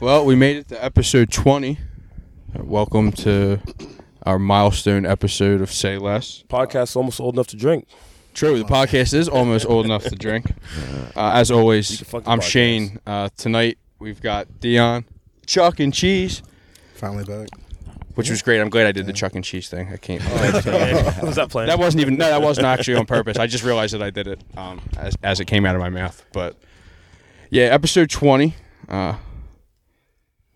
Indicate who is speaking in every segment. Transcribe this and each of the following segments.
Speaker 1: Well, we made it to episode 20. Welcome to our milestone episode of Say Less.
Speaker 2: Podcast's almost old enough to drink.
Speaker 1: True, the podcast is almost old enough to drink. Uh, as always,
Speaker 2: can fuck the
Speaker 1: I'm
Speaker 2: podcast.
Speaker 1: Shane. Uh, tonight we've got Dion, Chuck and Cheese,
Speaker 3: Finally back.
Speaker 1: which was great. I'm glad I did the Chuck and Cheese thing. I can't.
Speaker 2: was that planned?
Speaker 1: that wasn't even no, that wasn't actually on purpose. I just realized that I did it um, as as it came out of my mouth. But yeah, episode 20. Uh,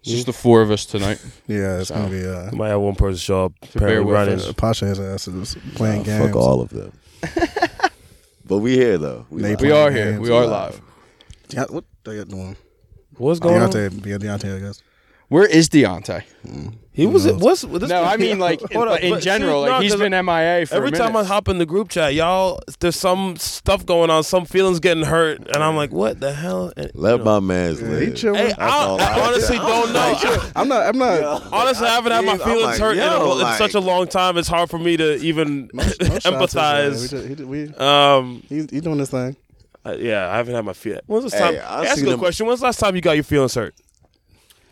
Speaker 1: it's just the four of us tonight.
Speaker 3: Yeah, it's gonna be uh
Speaker 2: Might have one person show up.
Speaker 1: bear
Speaker 2: Apparently
Speaker 1: with
Speaker 2: running.
Speaker 1: us.
Speaker 3: Pasha has ass is playing games.
Speaker 4: Fuck all of them. but we here though. We
Speaker 3: They
Speaker 4: live.
Speaker 1: We are here. We are live.
Speaker 3: Yeah, what they got doing?
Speaker 2: What's going on?
Speaker 3: Deontay, yeah, Deontay, I guess.
Speaker 1: Where is Deontay?
Speaker 2: He was. What's this
Speaker 1: No, I mean like in,
Speaker 2: Hold up,
Speaker 1: like, in
Speaker 2: but see,
Speaker 1: general.
Speaker 2: no,
Speaker 1: like he's
Speaker 2: 'cause
Speaker 1: been MIA for a
Speaker 2: Every time I
Speaker 1: minute.
Speaker 2: hop in the group chat, y'all, there's some stuff going on, some feelings getting hurt, and I'm like, what the hell? And,
Speaker 4: Let my man's
Speaker 3: He
Speaker 4: live.
Speaker 3: chilling.
Speaker 2: hey, I,
Speaker 4: all
Speaker 2: I
Speaker 4: I-
Speaker 2: honestly don't know.
Speaker 3: I'm not. I'm not.
Speaker 2: Honestly, I haven't had my
Speaker 4: I'm
Speaker 2: feelings
Speaker 4: like,
Speaker 2: hurt in, a,
Speaker 4: yo,
Speaker 2: in such a
Speaker 4: like-
Speaker 2: long time. It's hard for me to even
Speaker 3: no shots at him, man. We
Speaker 2: empathize.
Speaker 3: just- he did- we-
Speaker 2: Um,
Speaker 3: He's he's doing this thing.
Speaker 2: uh, yeah, I haven't had my feelings. When's the last
Speaker 4: Hey,
Speaker 2: time?
Speaker 4: I've
Speaker 2: ask
Speaker 4: seen
Speaker 2: you a
Speaker 4: him-
Speaker 2: question. When's the last time you got your feelings hurt?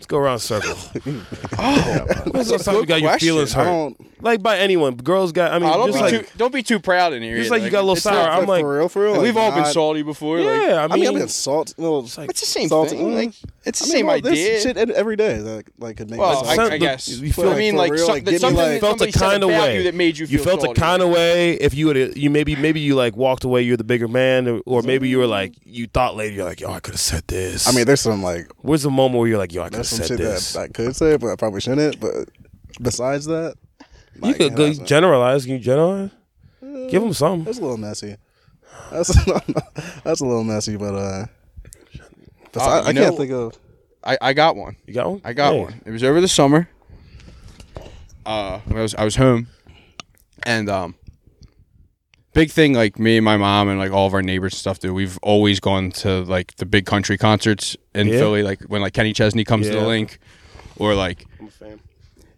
Speaker 2: Let's go around in circles. When's the last time you got your
Speaker 1: question.
Speaker 2: feelings
Speaker 3: I
Speaker 2: hurt?
Speaker 3: don't.
Speaker 2: Like by anyone, girls got. I mean,
Speaker 1: Oh, don't,
Speaker 2: just
Speaker 1: be
Speaker 2: like,
Speaker 1: too, don't be too proud in here.
Speaker 2: just
Speaker 1: either.
Speaker 2: like you got a little
Speaker 1: it's
Speaker 2: sour.
Speaker 1: not-
Speaker 2: I'm like,
Speaker 3: for real, for real. like,
Speaker 1: we've all been
Speaker 3: not-
Speaker 1: salty before. like,
Speaker 2: yeah.
Speaker 3: I mean, I've been
Speaker 2: it's
Speaker 3: salt. No, it's
Speaker 1: it's the same
Speaker 3: salty.
Speaker 1: thing. Like, it's the
Speaker 3: I mean,
Speaker 1: same
Speaker 3: well, there's
Speaker 1: idea.
Speaker 3: Shit ev- every day that like could make.
Speaker 1: well,
Speaker 3: me
Speaker 1: I,
Speaker 3: salty.
Speaker 2: Some-
Speaker 1: I guess.
Speaker 2: you feel
Speaker 1: I mean, like,
Speaker 3: like, for real,
Speaker 1: some-
Speaker 3: like,
Speaker 1: that
Speaker 3: give me,
Speaker 1: something,
Speaker 3: like-
Speaker 2: felt a
Speaker 1: somebody said
Speaker 2: kind of
Speaker 1: about
Speaker 2: way
Speaker 1: you that made you.
Speaker 2: You
Speaker 1: feel
Speaker 2: felt a
Speaker 1: salty.
Speaker 2: kind of way if you would you maybe maybe you like walked away. You're the bigger man, or, or maybe you were like you thought later. You're like, yo, I could have said this.
Speaker 3: I mean, there's some like
Speaker 2: where's the moment where you're like, yo, I could have
Speaker 3: there's some
Speaker 2: said
Speaker 3: shit
Speaker 2: this?
Speaker 3: that I could say, but I probably shouldn't. But besides that,
Speaker 2: you could go generalize. Can you generalize? Give him some.
Speaker 3: That's a little messy. That's that's a little messy, but uh, but
Speaker 1: Uh,
Speaker 3: I, I
Speaker 1: you know-
Speaker 3: can't think of.
Speaker 1: I, I got one.
Speaker 2: You got one?
Speaker 1: I got
Speaker 2: Yeah.
Speaker 1: one. It was over the summer. Uh, when I was I was home, and um, big thing like me and my mom and like all of our neighbors and stuff do. We've always gone to like the big country concerts in
Speaker 2: Yeah.
Speaker 1: Philly, like when like Kenny Chesney comes to the
Speaker 2: Yeah.
Speaker 1: link, or like.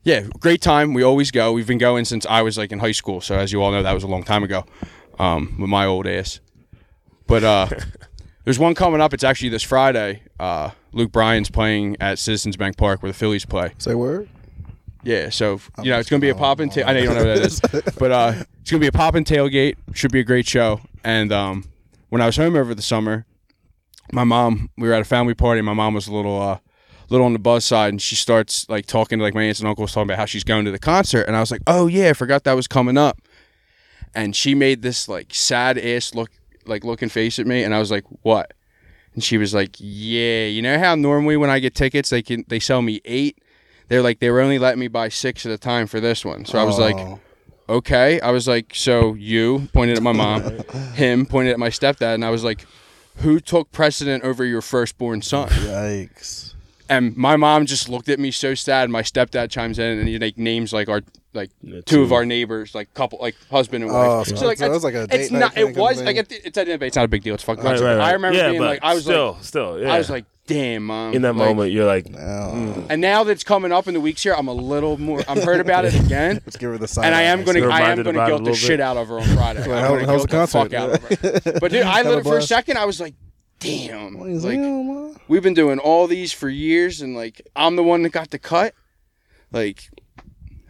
Speaker 1: Yeah, great time. We always go. We've been going since I was like in high school. So as you all know, that was a long time ago, um, with my old ass. But uh, there's one coming up. It's actually this Friday. Uh, Luke Bryan's playing at Citizens Bank Park where the Phillies play.
Speaker 3: Say word.
Speaker 1: Yeah, so you know it's gonna be a poppin' ta- I know you don't know what that is, but uh, it's gonna be a poppin' tailgate. Should be a great show. And um, when I was home over the summer, my mom we were at a family party. My mom was a little uh, little on the buzz side, and she starts like talking to like my aunts and uncles, talking about how she's going to the concert. And I was like, oh yeah, I forgot that was coming up. And she made this like sad ass look like looking face at me, and I was like, what? And she was like, "Yeah, you know how normally when I get tickets, they can they sell me eight. They're like they were only letting me buy six at a time for this one." So I was like,
Speaker 3: Oh.
Speaker 1: "Okay." I was like, "So you pointed at my mom, him pointed at my stepdad, and I was like, who took precedent over your firstborn son?"
Speaker 3: Yikes.
Speaker 1: And my mom just looked at me so sad. My stepdad chimes in and he like names like our like two of our neighbors, like couple, like husband and wife.
Speaker 3: Oh, so that was like a
Speaker 1: it's
Speaker 3: date night
Speaker 1: not. It
Speaker 3: kinda
Speaker 1: was.
Speaker 3: thing?
Speaker 1: I get the, it's, it's not a big deal. It's fucking.
Speaker 2: Right,
Speaker 1: concert.
Speaker 2: right, right.
Speaker 1: I remember
Speaker 2: yeah,
Speaker 1: being
Speaker 2: but
Speaker 1: like, I was
Speaker 2: still,
Speaker 1: like,
Speaker 2: still, yeah.
Speaker 1: I was like, damn, mom.
Speaker 2: in that
Speaker 1: Like,
Speaker 2: moment, you're like,
Speaker 3: Now,
Speaker 1: And now that it's coming up in the weeks here, I'm a little more. I'm heard about it again,
Speaker 3: let's give her the sign.
Speaker 1: and I am going to.
Speaker 2: You're
Speaker 1: I am
Speaker 2: reminded
Speaker 1: going to
Speaker 2: about it a
Speaker 1: guilt the
Speaker 2: little
Speaker 1: shit
Speaker 2: bit.
Speaker 1: out of her on Friday. I'm
Speaker 3: how-
Speaker 1: gonna
Speaker 3: how's
Speaker 1: guilt
Speaker 3: the
Speaker 1: fuck out of her. But dude, I
Speaker 3: Kinda
Speaker 1: lit for a
Speaker 3: blessed.
Speaker 1: second. I was like, damn. Like
Speaker 3: Like,
Speaker 1: we've been doing all these for years, and like I'm the one that got the cut. Like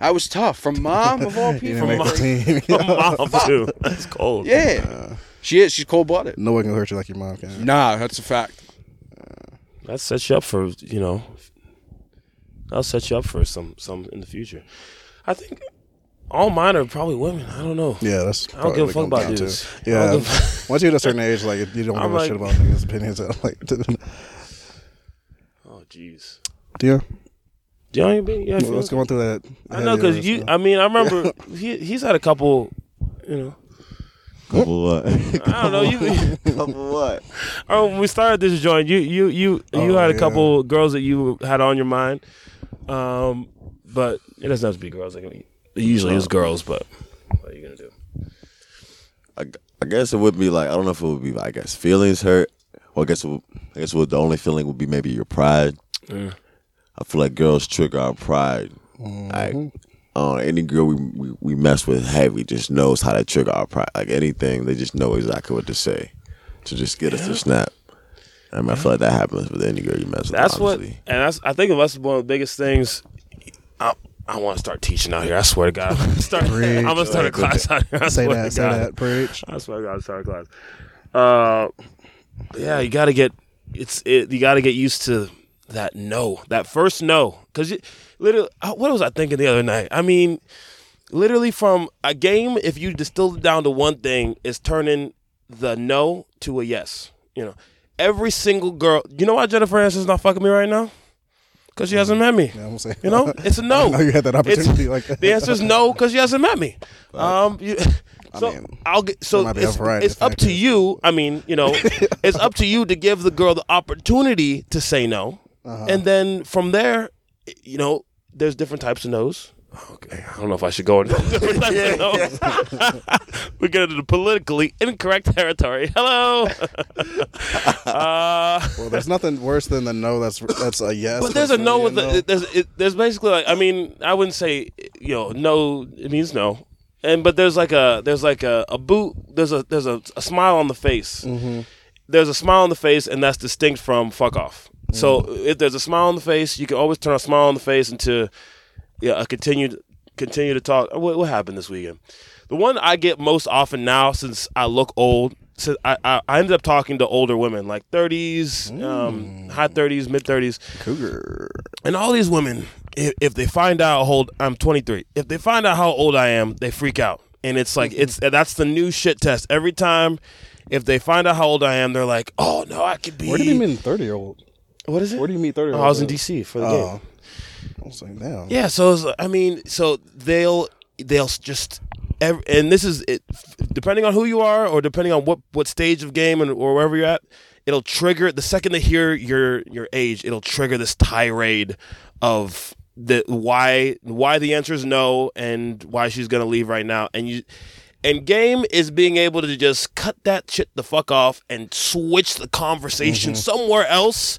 Speaker 1: I was tough from mom of all people.
Speaker 3: didn't make
Speaker 1: Like,
Speaker 3: the team.
Speaker 2: mom too. That's cold.
Speaker 1: yeah, she is. She's cold blooded.
Speaker 3: no one can hurt you like your mom can.
Speaker 1: Nah, that's a fact.
Speaker 2: that sets you up for you know. That'll set you up for some some in the future. I think all mine are probably women. I don't know.
Speaker 3: Yeah, that's.
Speaker 2: I don't give a
Speaker 3: probably
Speaker 2: fuck
Speaker 3: what
Speaker 2: about
Speaker 3: it comes
Speaker 2: dudes.
Speaker 3: down to.
Speaker 2: I
Speaker 3: Yeah,
Speaker 2: don't give a-
Speaker 3: once you hit a certain age, like you don't
Speaker 2: I'm
Speaker 3: give a
Speaker 2: like-
Speaker 3: shit about niggas' opinions. I'm like,
Speaker 2: oh jeez.
Speaker 3: yeah,
Speaker 2: Do you know what I mean? Yeah, I feel-
Speaker 3: what's going through that?
Speaker 2: I know because you. I mean, I remember he he's had a couple. You know,
Speaker 4: Couple what?
Speaker 2: I don't know. You,
Speaker 4: Couple what?
Speaker 2: oh, when we started this joint, you you you you
Speaker 3: Oh,
Speaker 2: had a
Speaker 3: yeah.
Speaker 2: couple girls that you had on your mind, um, but it doesn't have to be girls. Like, it usually is girls, but what are you gonna do?
Speaker 4: I, I guess it would be like I don't know if it would be I guess feelings hurt. Or I guess it would, I guess would the only feeling would be maybe your pride. I feel like girls trigger our pride.
Speaker 3: Mm-hmm.
Speaker 4: Like uh, any girl we, we we mess with heavy just knows how to trigger our pride. Like anything, they just know exactly what to say to just get us to snap. I mean, I feel like that happens with any girl you mess with.
Speaker 2: That's what,
Speaker 4: honestly.
Speaker 2: and that's I think that's one of the biggest things. I, I want to start teaching out here. I swear to God, start, I'm gonna start a class out here. I
Speaker 3: Say
Speaker 2: swear
Speaker 3: that,
Speaker 2: to
Speaker 3: say
Speaker 2: God.
Speaker 3: that, preach.
Speaker 2: I swear to God, sorry, class. Uh, yeah, you got to get it's it, you got to get used to that no, that first no, because literally, I- what was I thinking the other night? I mean, literally from a game, if you distill it down to one thing, is turning the no to a yes. You know, every single girl. You know why Jennifer Aniston's not fucking me right now? Because she hasn't met me.
Speaker 3: Yeah, I'm gonna say.
Speaker 2: You know, it's a no.
Speaker 3: I know you had that
Speaker 2: It's-
Speaker 3: opportunity like that.
Speaker 2: The answer is no because she hasn't met me. Um, you, so
Speaker 3: mean,
Speaker 2: I'll get so
Speaker 3: that might be
Speaker 2: it's,
Speaker 3: a variety
Speaker 2: it's
Speaker 3: of
Speaker 2: up to
Speaker 3: factors.
Speaker 2: you. I mean, you know, it's up to you to give the girl the opportunity to say no,
Speaker 3: Uh-huh.
Speaker 2: and then from there, you know, there's different types of no's. Okay, I don't know if I should go into different types of no's. We get into the politically incorrect territory. Hello. uh,
Speaker 3: Well, there's nothing worse than the no. That's that's a yes.
Speaker 2: but there's a
Speaker 3: that's
Speaker 2: no
Speaker 3: really
Speaker 2: with the, there's it, there's basically like I mean I wouldn't say you know no it means no and but there's like a there's like a, a boot there's a there's a, a smile on the face there's a smile on the face and that's distinct from fuck off so if there's a smile on the face you can always turn a smile on the face into yeah a continued continue to talk what, what happened this weekend the one I get most often now since I look old since I, I, I ended up talking to older women like 30s um, high 30s mid 30s
Speaker 3: cougar.
Speaker 2: and all these women, if, if they find out how old I'm 23, if they find out how old I am, they freak out. And it's like it's
Speaker 3: Mm-hmm.
Speaker 2: that's the new shit test. Every time, if they find out how old I am, they're like, "Oh no, I could be."
Speaker 3: Where did you meet thirty year old?
Speaker 2: What is it?
Speaker 3: Where do you meet thirty?
Speaker 2: Oh, I was in DC for the game.
Speaker 3: Oh, I was like, damn.
Speaker 2: Yeah, so it's, I mean, so they'll they'll just ev and this is it, depending on who you are or depending on what what stage of game and or wherever you're at, it'll trigger the second they hear your your age, it'll trigger this tirade of the why why the answer is no and why she's gonna leave right now and you. And game is being able to just cut that shit the fuck off and switch the conversation somewhere else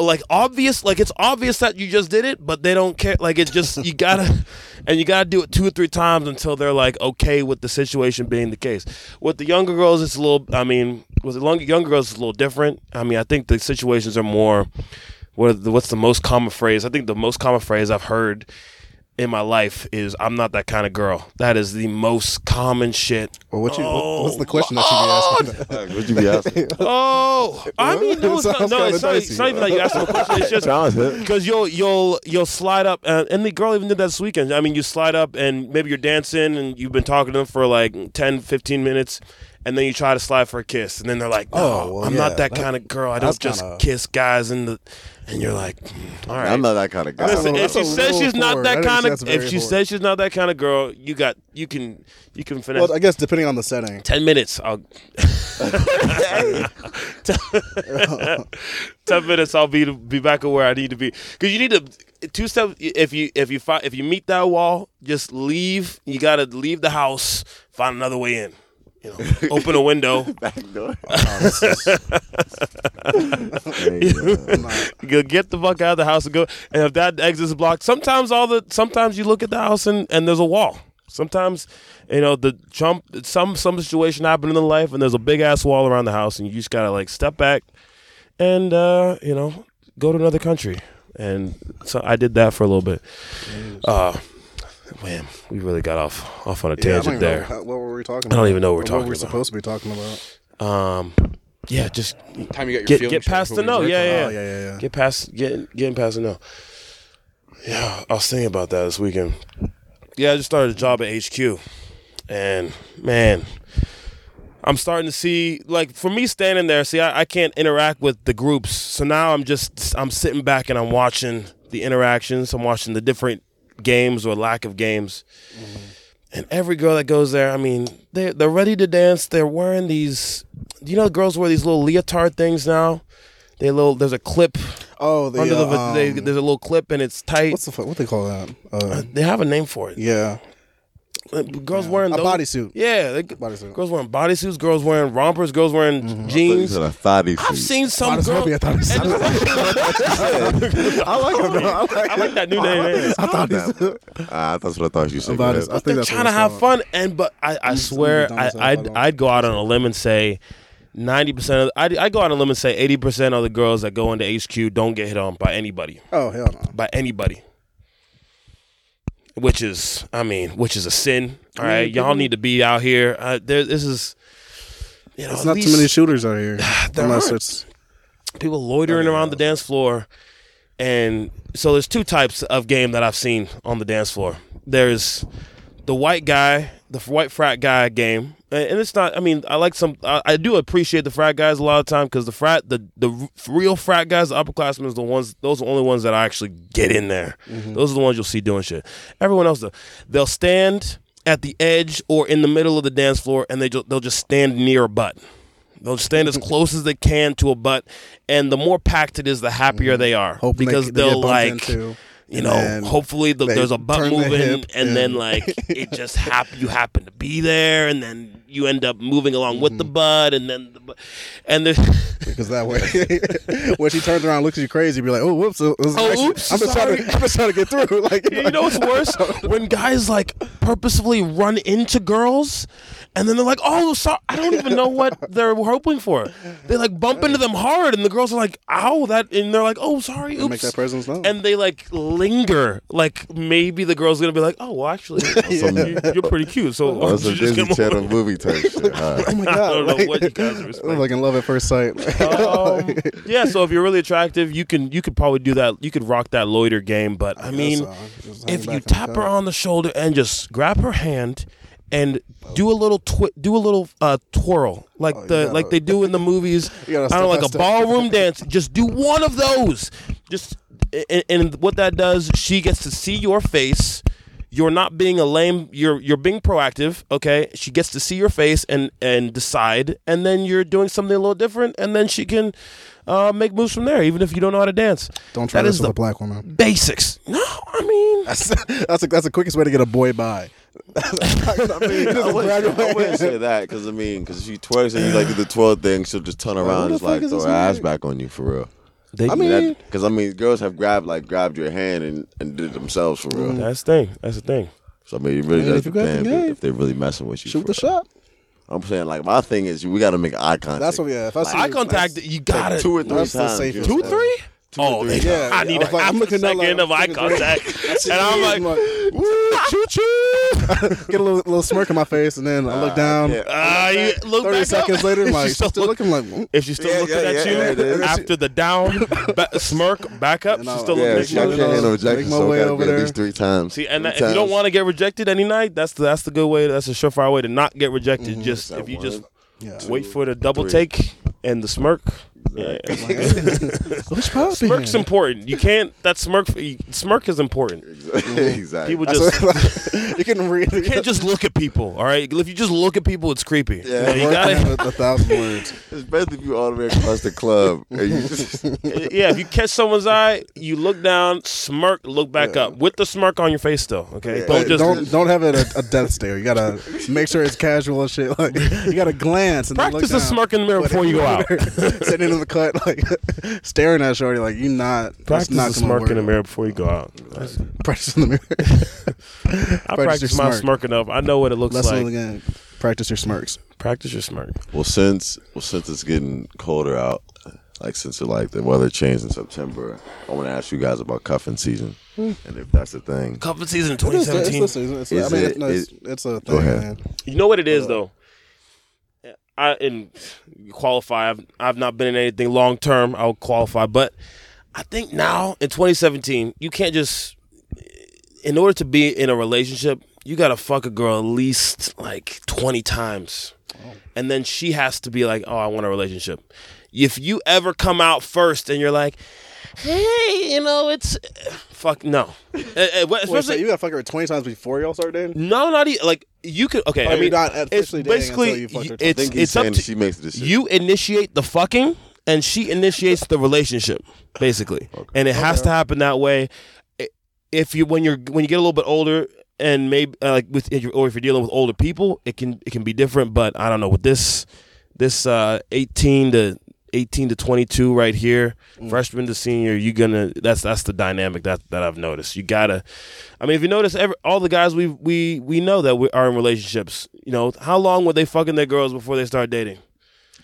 Speaker 2: like obvious like it's obvious that you just did it but they don't care like it just you gotta and you gotta do it two or three times until they're like okay with the situation being the case with the younger girls it's a little i mean with the longer, younger girls it's a little different i mean i think the situations are more what are the, what's the most common phrase i think the most common phrase i've heard in my life is i'm not that kind of girl that is the most common shit
Speaker 3: Well, what you? What, what's
Speaker 2: Oh,
Speaker 3: the question that you be asking?
Speaker 4: Like, What'd you be asking?
Speaker 2: Oh, I mean, no, it's
Speaker 3: Sounds
Speaker 2: not, no,
Speaker 3: kinda
Speaker 2: it's not, e-,
Speaker 3: dicey.
Speaker 2: it's not even like you asked them a question. It's just
Speaker 4: Sounds it.
Speaker 2: because you'll you'll you'll slide up, and, and the girl even did that this weekend. I mean, you slide up, and maybe you're dancing, and you've been talking to them for like 10, 15 minutes, and then you try to slide for a kiss, and then they're like, "No,
Speaker 3: Oh, well,
Speaker 2: I'm
Speaker 3: yeah,
Speaker 2: not that,
Speaker 3: that-
Speaker 2: kind of girl. I don't just
Speaker 3: kinda-
Speaker 2: kiss guys." And the and you're like, "Mm, "All right,
Speaker 4: I'm not that kind of guy.
Speaker 2: Listen,
Speaker 3: Oh,
Speaker 2: if
Speaker 3: that's
Speaker 2: she
Speaker 3: a
Speaker 2: says
Speaker 3: little
Speaker 2: she's not
Speaker 3: forward. I
Speaker 2: that
Speaker 3: think
Speaker 2: kind
Speaker 3: that's
Speaker 2: of,
Speaker 3: very
Speaker 2: if she
Speaker 3: forward.
Speaker 2: says she's not that kind of girl, you got you can you can finesse.
Speaker 3: Well, I guess depending on the setting.
Speaker 2: Ten minutes. I'll. Ten minutes. I'll be be back at where I need to be. Because you need to two steps. If you if you find if you meet that wall, just leave. You gotta leave the house. Find another way in. You know, open a window.
Speaker 4: Back door.
Speaker 2: Go get the fuck out of the house and go. And if that exit is blocked, sometimes all the sometimes you look at the house and, and there's a wall. Sometimes, you know, the jump some some situation happened in life and there's a big ass wall around the house and you just gotta like step back and uh, you know go to another country. And so I did that for a little bit. Uh, man, we really got off off on a
Speaker 3: Yeah, I don't
Speaker 2: tangent
Speaker 3: even
Speaker 2: there.
Speaker 3: know how- what were we talking
Speaker 2: I
Speaker 3: about?
Speaker 2: don't even know what we're
Speaker 3: Or
Speaker 2: talking
Speaker 3: what we're
Speaker 2: about.
Speaker 3: supposed to be talking about.
Speaker 2: Um, yeah, just
Speaker 1: Time you got your
Speaker 2: get
Speaker 1: feelings
Speaker 2: get
Speaker 1: hurt
Speaker 2: past
Speaker 1: before
Speaker 2: the no.
Speaker 1: you
Speaker 2: Yeah,
Speaker 1: work
Speaker 2: yeah,
Speaker 3: Oh, yeah, yeah, yeah.
Speaker 2: Get past get getting past the no. Yeah, I was thinking about that this weekend. Yeah, I just started a job at HQ, and man, I'm starting to see like for me standing there. See, I, I can't interact with the groups, so now I'm just I'm sitting back and I'm watching the interactions. I'm watching the different games or lack of games. And every girl that goes there, I mean, they they're ready to dance. They're wearing these, you know, girls wear these little leotard things now. They little there's a clip
Speaker 3: Oh, the,
Speaker 2: under the
Speaker 3: uh,
Speaker 2: they,
Speaker 3: um,
Speaker 2: there's a little clip and it's tight.
Speaker 3: what's the fu- what they call that? Uh,
Speaker 2: They have a name for it.
Speaker 3: yeah,
Speaker 2: Uh, Girls wearing
Speaker 3: a
Speaker 2: those,
Speaker 3: bodysuit.
Speaker 2: Yeah, they,
Speaker 3: Bodysuit. Mm-hmm.
Speaker 2: girls wearing bodysuits. Girls wearing rompers. Girls wearing
Speaker 4: These
Speaker 2: jeans.
Speaker 4: are the thotty
Speaker 2: I've
Speaker 4: feet.
Speaker 2: seen some girl.
Speaker 3: Bodysuit, I thought it was- I like him. though. I like
Speaker 2: I like that new name. man.
Speaker 3: I thought he said
Speaker 4: Ah, that's what I thought you said.
Speaker 3: about
Speaker 4: Go
Speaker 3: his- I
Speaker 4: ahead.
Speaker 3: think
Speaker 2: They're
Speaker 3: that's what
Speaker 2: trying to
Speaker 3: it's
Speaker 2: have
Speaker 3: called.
Speaker 2: fun, and but I, I
Speaker 3: just
Speaker 2: swear
Speaker 3: leave it down
Speaker 2: I,
Speaker 3: to
Speaker 2: I'd
Speaker 3: that.
Speaker 2: I'd go out on a limb and say Ninety percent of I, I go out on a limb and say eighty percent of the girls that go into HQ don't get hit on by anybody,
Speaker 3: Oh hell no.
Speaker 2: by anybody. Which is, I mean, which is a sin. All right, y'all need to be out here. Uh, there, this is, you know,
Speaker 3: It's
Speaker 2: at
Speaker 3: not
Speaker 2: least
Speaker 3: too many shooters out here. unless
Speaker 2: aren't.
Speaker 3: it's
Speaker 2: people loitering around the dance floor, and so there's two types of game that I've seen on the dance floor. There's the white guy, the white frat guy game, and and it's not. I mean, I like some. I, I do appreciate the frat guys a lot of time because the frat, the the r- real frat guys, the upperclassmen, is the ones. Those are the only ones that I actually get in there. Those are the ones you'll see doing shit. Everyone else, though, they'll stand at the edge or in the middle of the dance floor, and they ju- they'll just stand near a butt. They'll stand as close as they can to a butt, and the more packed it is, the happier they are
Speaker 3: hoping
Speaker 2: because
Speaker 3: Mm-hmm. they, they
Speaker 2: will
Speaker 3: get bumped
Speaker 2: like
Speaker 3: into,
Speaker 2: you
Speaker 3: and
Speaker 2: know,
Speaker 3: then-
Speaker 2: hopefully the,
Speaker 3: they
Speaker 2: there's a butt
Speaker 3: turn their
Speaker 2: moving,
Speaker 3: hip
Speaker 2: and, then
Speaker 3: and-
Speaker 2: like it just happen you happen to be there, and then you end up moving along with the
Speaker 3: Mm-hmm.
Speaker 2: butt, and then the, bu- and the
Speaker 3: Because that way, when she turns around, and looks at you crazy, be like, "Oh, whoops! It was an
Speaker 2: Oh,
Speaker 3: accident.
Speaker 2: oops,
Speaker 3: I'm just trying
Speaker 2: sorry."
Speaker 3: to, I'm just trying to get through." Like,
Speaker 2: you know what's worse when guys like purposefully run into girls, and then they're like, oh, sorry, I don't even know what they're hoping for. They like bump into them hard, and the girls are like, ow, that, and they're like, oh, sorry, oops,
Speaker 3: make that person's known.
Speaker 2: and they like linger, like maybe the girl's gonna be like, oh, well, actually, you, you're pretty cute, so
Speaker 4: Oh, it's a
Speaker 2: you just
Speaker 4: Disney
Speaker 2: get more-
Speaker 4: Channel oh movie type shit. Huh?
Speaker 3: oh my
Speaker 2: I
Speaker 3: god!
Speaker 2: don't know
Speaker 3: like,
Speaker 2: what you guys are expecting.
Speaker 3: like in love at first sight.
Speaker 2: Um, yeah, so if you're really attractive, you can you could probably do that. You could rock that loiter game, but I, mean,
Speaker 3: so. Just hang
Speaker 2: if you
Speaker 3: back on
Speaker 2: tap
Speaker 3: the
Speaker 2: her on the shoulder and just grab her hand and do a little twi- do a little uh, twirl like
Speaker 3: Oh, you
Speaker 2: the
Speaker 3: gotta-
Speaker 2: like they do in the movies. I
Speaker 3: You
Speaker 2: don't
Speaker 3: gotta
Speaker 2: know, like a
Speaker 3: step by
Speaker 2: ballroom dance. Just do one of those. Just and, and what that does, she gets to see your face. You're not being a lame. You're you're being proactive. Okay, she gets to see your face and and decide, and then you're doing something a little different, and then she can uh, make moves from there. Even if you don't know how to dance,
Speaker 3: don't try
Speaker 2: That
Speaker 3: this
Speaker 2: is
Speaker 3: with
Speaker 2: the
Speaker 3: a black woman.
Speaker 2: basics. No, I mean
Speaker 3: That's that's, a, that's the quickest way to get a boy by. I mean, just grab your
Speaker 4: I wouldn't
Speaker 3: hand.
Speaker 4: say that because I mean, because if she twerks and you like do the twirl thing, she'll just turn around
Speaker 3: the
Speaker 4: and just, like
Speaker 3: fuck is
Speaker 4: throw
Speaker 3: this
Speaker 4: her ass
Speaker 3: nigga?
Speaker 4: back on you for real.
Speaker 2: They-
Speaker 4: I mean, because I mean, girls have grabbed like grabbed your hand and, and did it themselves for real.
Speaker 2: That's the thing. That's the thing.
Speaker 4: So I mean, it really
Speaker 3: Mm. mean,
Speaker 4: does
Speaker 3: if you got the
Speaker 4: depend
Speaker 3: game,
Speaker 4: if they're really messing with you.
Speaker 3: Shoot
Speaker 4: for
Speaker 3: the shot.
Speaker 4: real. I'm saying like my thing is we got to make eye contact.
Speaker 3: That's what. Yeah. If I see
Speaker 2: Eye
Speaker 3: you-
Speaker 2: contact. you got it.
Speaker 4: Two or three
Speaker 3: That's the
Speaker 4: times.
Speaker 3: safest
Speaker 4: you know?
Speaker 3: bet.
Speaker 2: three. oh,
Speaker 4: three.
Speaker 2: nigga,
Speaker 3: Yeah,
Speaker 2: I
Speaker 3: I
Speaker 2: need
Speaker 3: was
Speaker 2: a
Speaker 3: like,
Speaker 2: half
Speaker 3: I'm
Speaker 2: a
Speaker 3: looking at, like,
Speaker 2: second of eye
Speaker 3: looking at-
Speaker 2: contact,
Speaker 3: see
Speaker 2: and
Speaker 3: you,
Speaker 2: I'm like, woo, choo choo.
Speaker 3: get a little, little smirk on my face, and then I look down.
Speaker 4: yeah.
Speaker 2: Uh, you look
Speaker 3: Thirty
Speaker 2: back
Speaker 3: seconds
Speaker 2: up.
Speaker 3: later,
Speaker 2: If
Speaker 3: I'm like
Speaker 2: she's still
Speaker 3: still
Speaker 2: look-
Speaker 3: looking like. mm.
Speaker 2: If she's still
Speaker 4: Yeah,
Speaker 2: looking
Speaker 4: yeah,
Speaker 2: at
Speaker 4: yeah,
Speaker 2: you
Speaker 4: yeah, it is.
Speaker 2: after the down ba- smirk, back up,
Speaker 3: And
Speaker 2: she's
Speaker 3: I'm
Speaker 2: still
Speaker 3: like,
Speaker 4: Yeah,
Speaker 2: looking
Speaker 3: Make
Speaker 2: at
Speaker 4: she
Speaker 2: you.
Speaker 3: my way
Speaker 4: got your
Speaker 3: over- make
Speaker 4: hand on rejection,
Speaker 3: my
Speaker 4: so
Speaker 3: way
Speaker 4: it gotta
Speaker 3: over
Speaker 4: be at
Speaker 3: there.
Speaker 4: least three times.
Speaker 2: See, and
Speaker 4: Three
Speaker 2: that, if you don't
Speaker 4: times.
Speaker 2: want to get rejected any night, that's the that's the good way. That's a surefire way to not get rejected. Just
Speaker 4: That
Speaker 2: if you
Speaker 4: one,
Speaker 2: just
Speaker 3: Yeah.
Speaker 2: wait for the double
Speaker 4: three.
Speaker 2: take and the smirk. Yeah.
Speaker 3: What's poppin'?
Speaker 2: Smirk's important. You can't. That smirk. Smirk is important.
Speaker 4: exactly.
Speaker 2: People
Speaker 3: So,
Speaker 2: just
Speaker 3: like, you can read.
Speaker 2: you can't just look at people. All right. If you just look at people, it's creepy.
Speaker 4: Yeah.
Speaker 2: You
Speaker 3: Work
Speaker 2: gotta-
Speaker 3: with a thousand words.
Speaker 4: Especially if you all the way across the club. and you just-
Speaker 2: yeah. If you catch someone's eye, you look down, smirk, look back up with the smirk on your face. Still, okay. Don't
Speaker 3: But
Speaker 2: just
Speaker 3: don't don't have it a, a death stare. You gotta make sure it's casual and shit. Like you gotta glance and
Speaker 2: practice the
Speaker 3: then look down.
Speaker 2: smirk in the mirror before you go out.
Speaker 3: Sitting in the cut, like staring at Shorty, like you not that's
Speaker 2: Practice
Speaker 3: not
Speaker 2: the
Speaker 3: gonna
Speaker 2: smirk in the
Speaker 3: work.
Speaker 2: mirror before you go out. That's-
Speaker 3: Practice in the mirror.
Speaker 2: I
Speaker 3: your
Speaker 2: practice my
Speaker 3: smirk.
Speaker 2: smirk enough. I know what it looks
Speaker 3: Lesson
Speaker 2: like.
Speaker 3: of the game. Practice your smirks.
Speaker 2: Practice your smirk.
Speaker 4: well, since well, since it's getting colder out, like since like the weather changed in September, I want to ask you guys about cuffing season
Speaker 2: Hmm.
Speaker 4: and if that's a thing.
Speaker 2: Cup of season
Speaker 3: It is,
Speaker 2: 2017.
Speaker 3: It's, it's, it's,
Speaker 4: Is
Speaker 3: I mean,
Speaker 4: it-
Speaker 3: it's, no, it's,
Speaker 4: is-
Speaker 3: it's a thing,
Speaker 4: Go ahead.
Speaker 3: man.
Speaker 2: You know what it is though. I and qualify. I've, I've not been in anything long term. I'll qualify, but I think now in 2017, you can't just. In order to be in a relationship, you gotta fuck a girl at least like 20 times,
Speaker 3: Oh.
Speaker 2: and then she has to be like, "Oh, I want a relationship." If you ever come out first and you're like, "Hey, you know, it's fuck no," Eh, eh,
Speaker 3: Wait, so
Speaker 2: especially
Speaker 3: you gotta fuck her twenty times before y'all start dating.
Speaker 2: no, not even like you could. Okay,
Speaker 3: Oh,
Speaker 2: I
Speaker 3: you're
Speaker 2: mean,
Speaker 3: not at
Speaker 2: it's
Speaker 3: officially dating
Speaker 2: basically
Speaker 3: until you fucked her
Speaker 2: it's
Speaker 4: I think he's
Speaker 2: it's up
Speaker 4: saying
Speaker 2: to
Speaker 4: she makes the decision.
Speaker 2: you initiate the fucking, and she initiates the relationship, basically, and it has to happen that way. I- If you when you're when you get a little bit older. And maybe uh, like with if you're- or if you're dealing with older people, it can it can be different. But I don't know with this this uh, 18 to 18 to 22 right here, freshman to senior, you gonna that's that's the dynamic that that I've noticed. You gotta, I mean, if you notice, every, all the guys we we we know that we are in relationships. You know, how long were they fucking their girls before they start dating?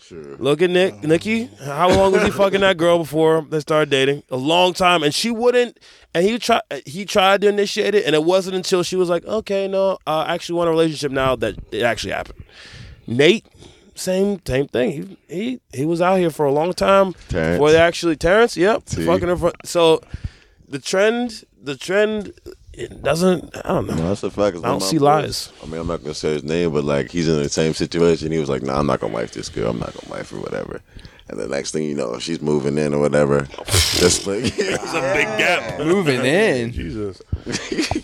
Speaker 4: Sure.
Speaker 2: Look at Nick, Nikki. How long was he fucking that girl before they started dating? A long time, and she wouldn't. And he tried. He tried to initiate it, and it wasn't until she was like, "Okay, no, I actually want a relationship now." That it actually happened. Nate, same same thing. He he, he was out here for a long time
Speaker 4: Terrence.
Speaker 2: before they actually Terrence. Yep,
Speaker 4: T.
Speaker 2: fucking in front. So the trend, the trend, it doesn't. I don't know.
Speaker 4: No, that's a fact. 'cause
Speaker 2: I don't
Speaker 4: one of my
Speaker 2: see
Speaker 4: boys-
Speaker 2: lies.
Speaker 4: I mean, I'm not gonna say his name, but like he's in the same situation. He was like, "Nah, I'm not gonna wife this girl. I'm not gonna wife her, whatever." And the next thing you know, she's moving in or whatever. Just like,
Speaker 2: It's a big gap.
Speaker 1: Moving in.
Speaker 2: Jesus.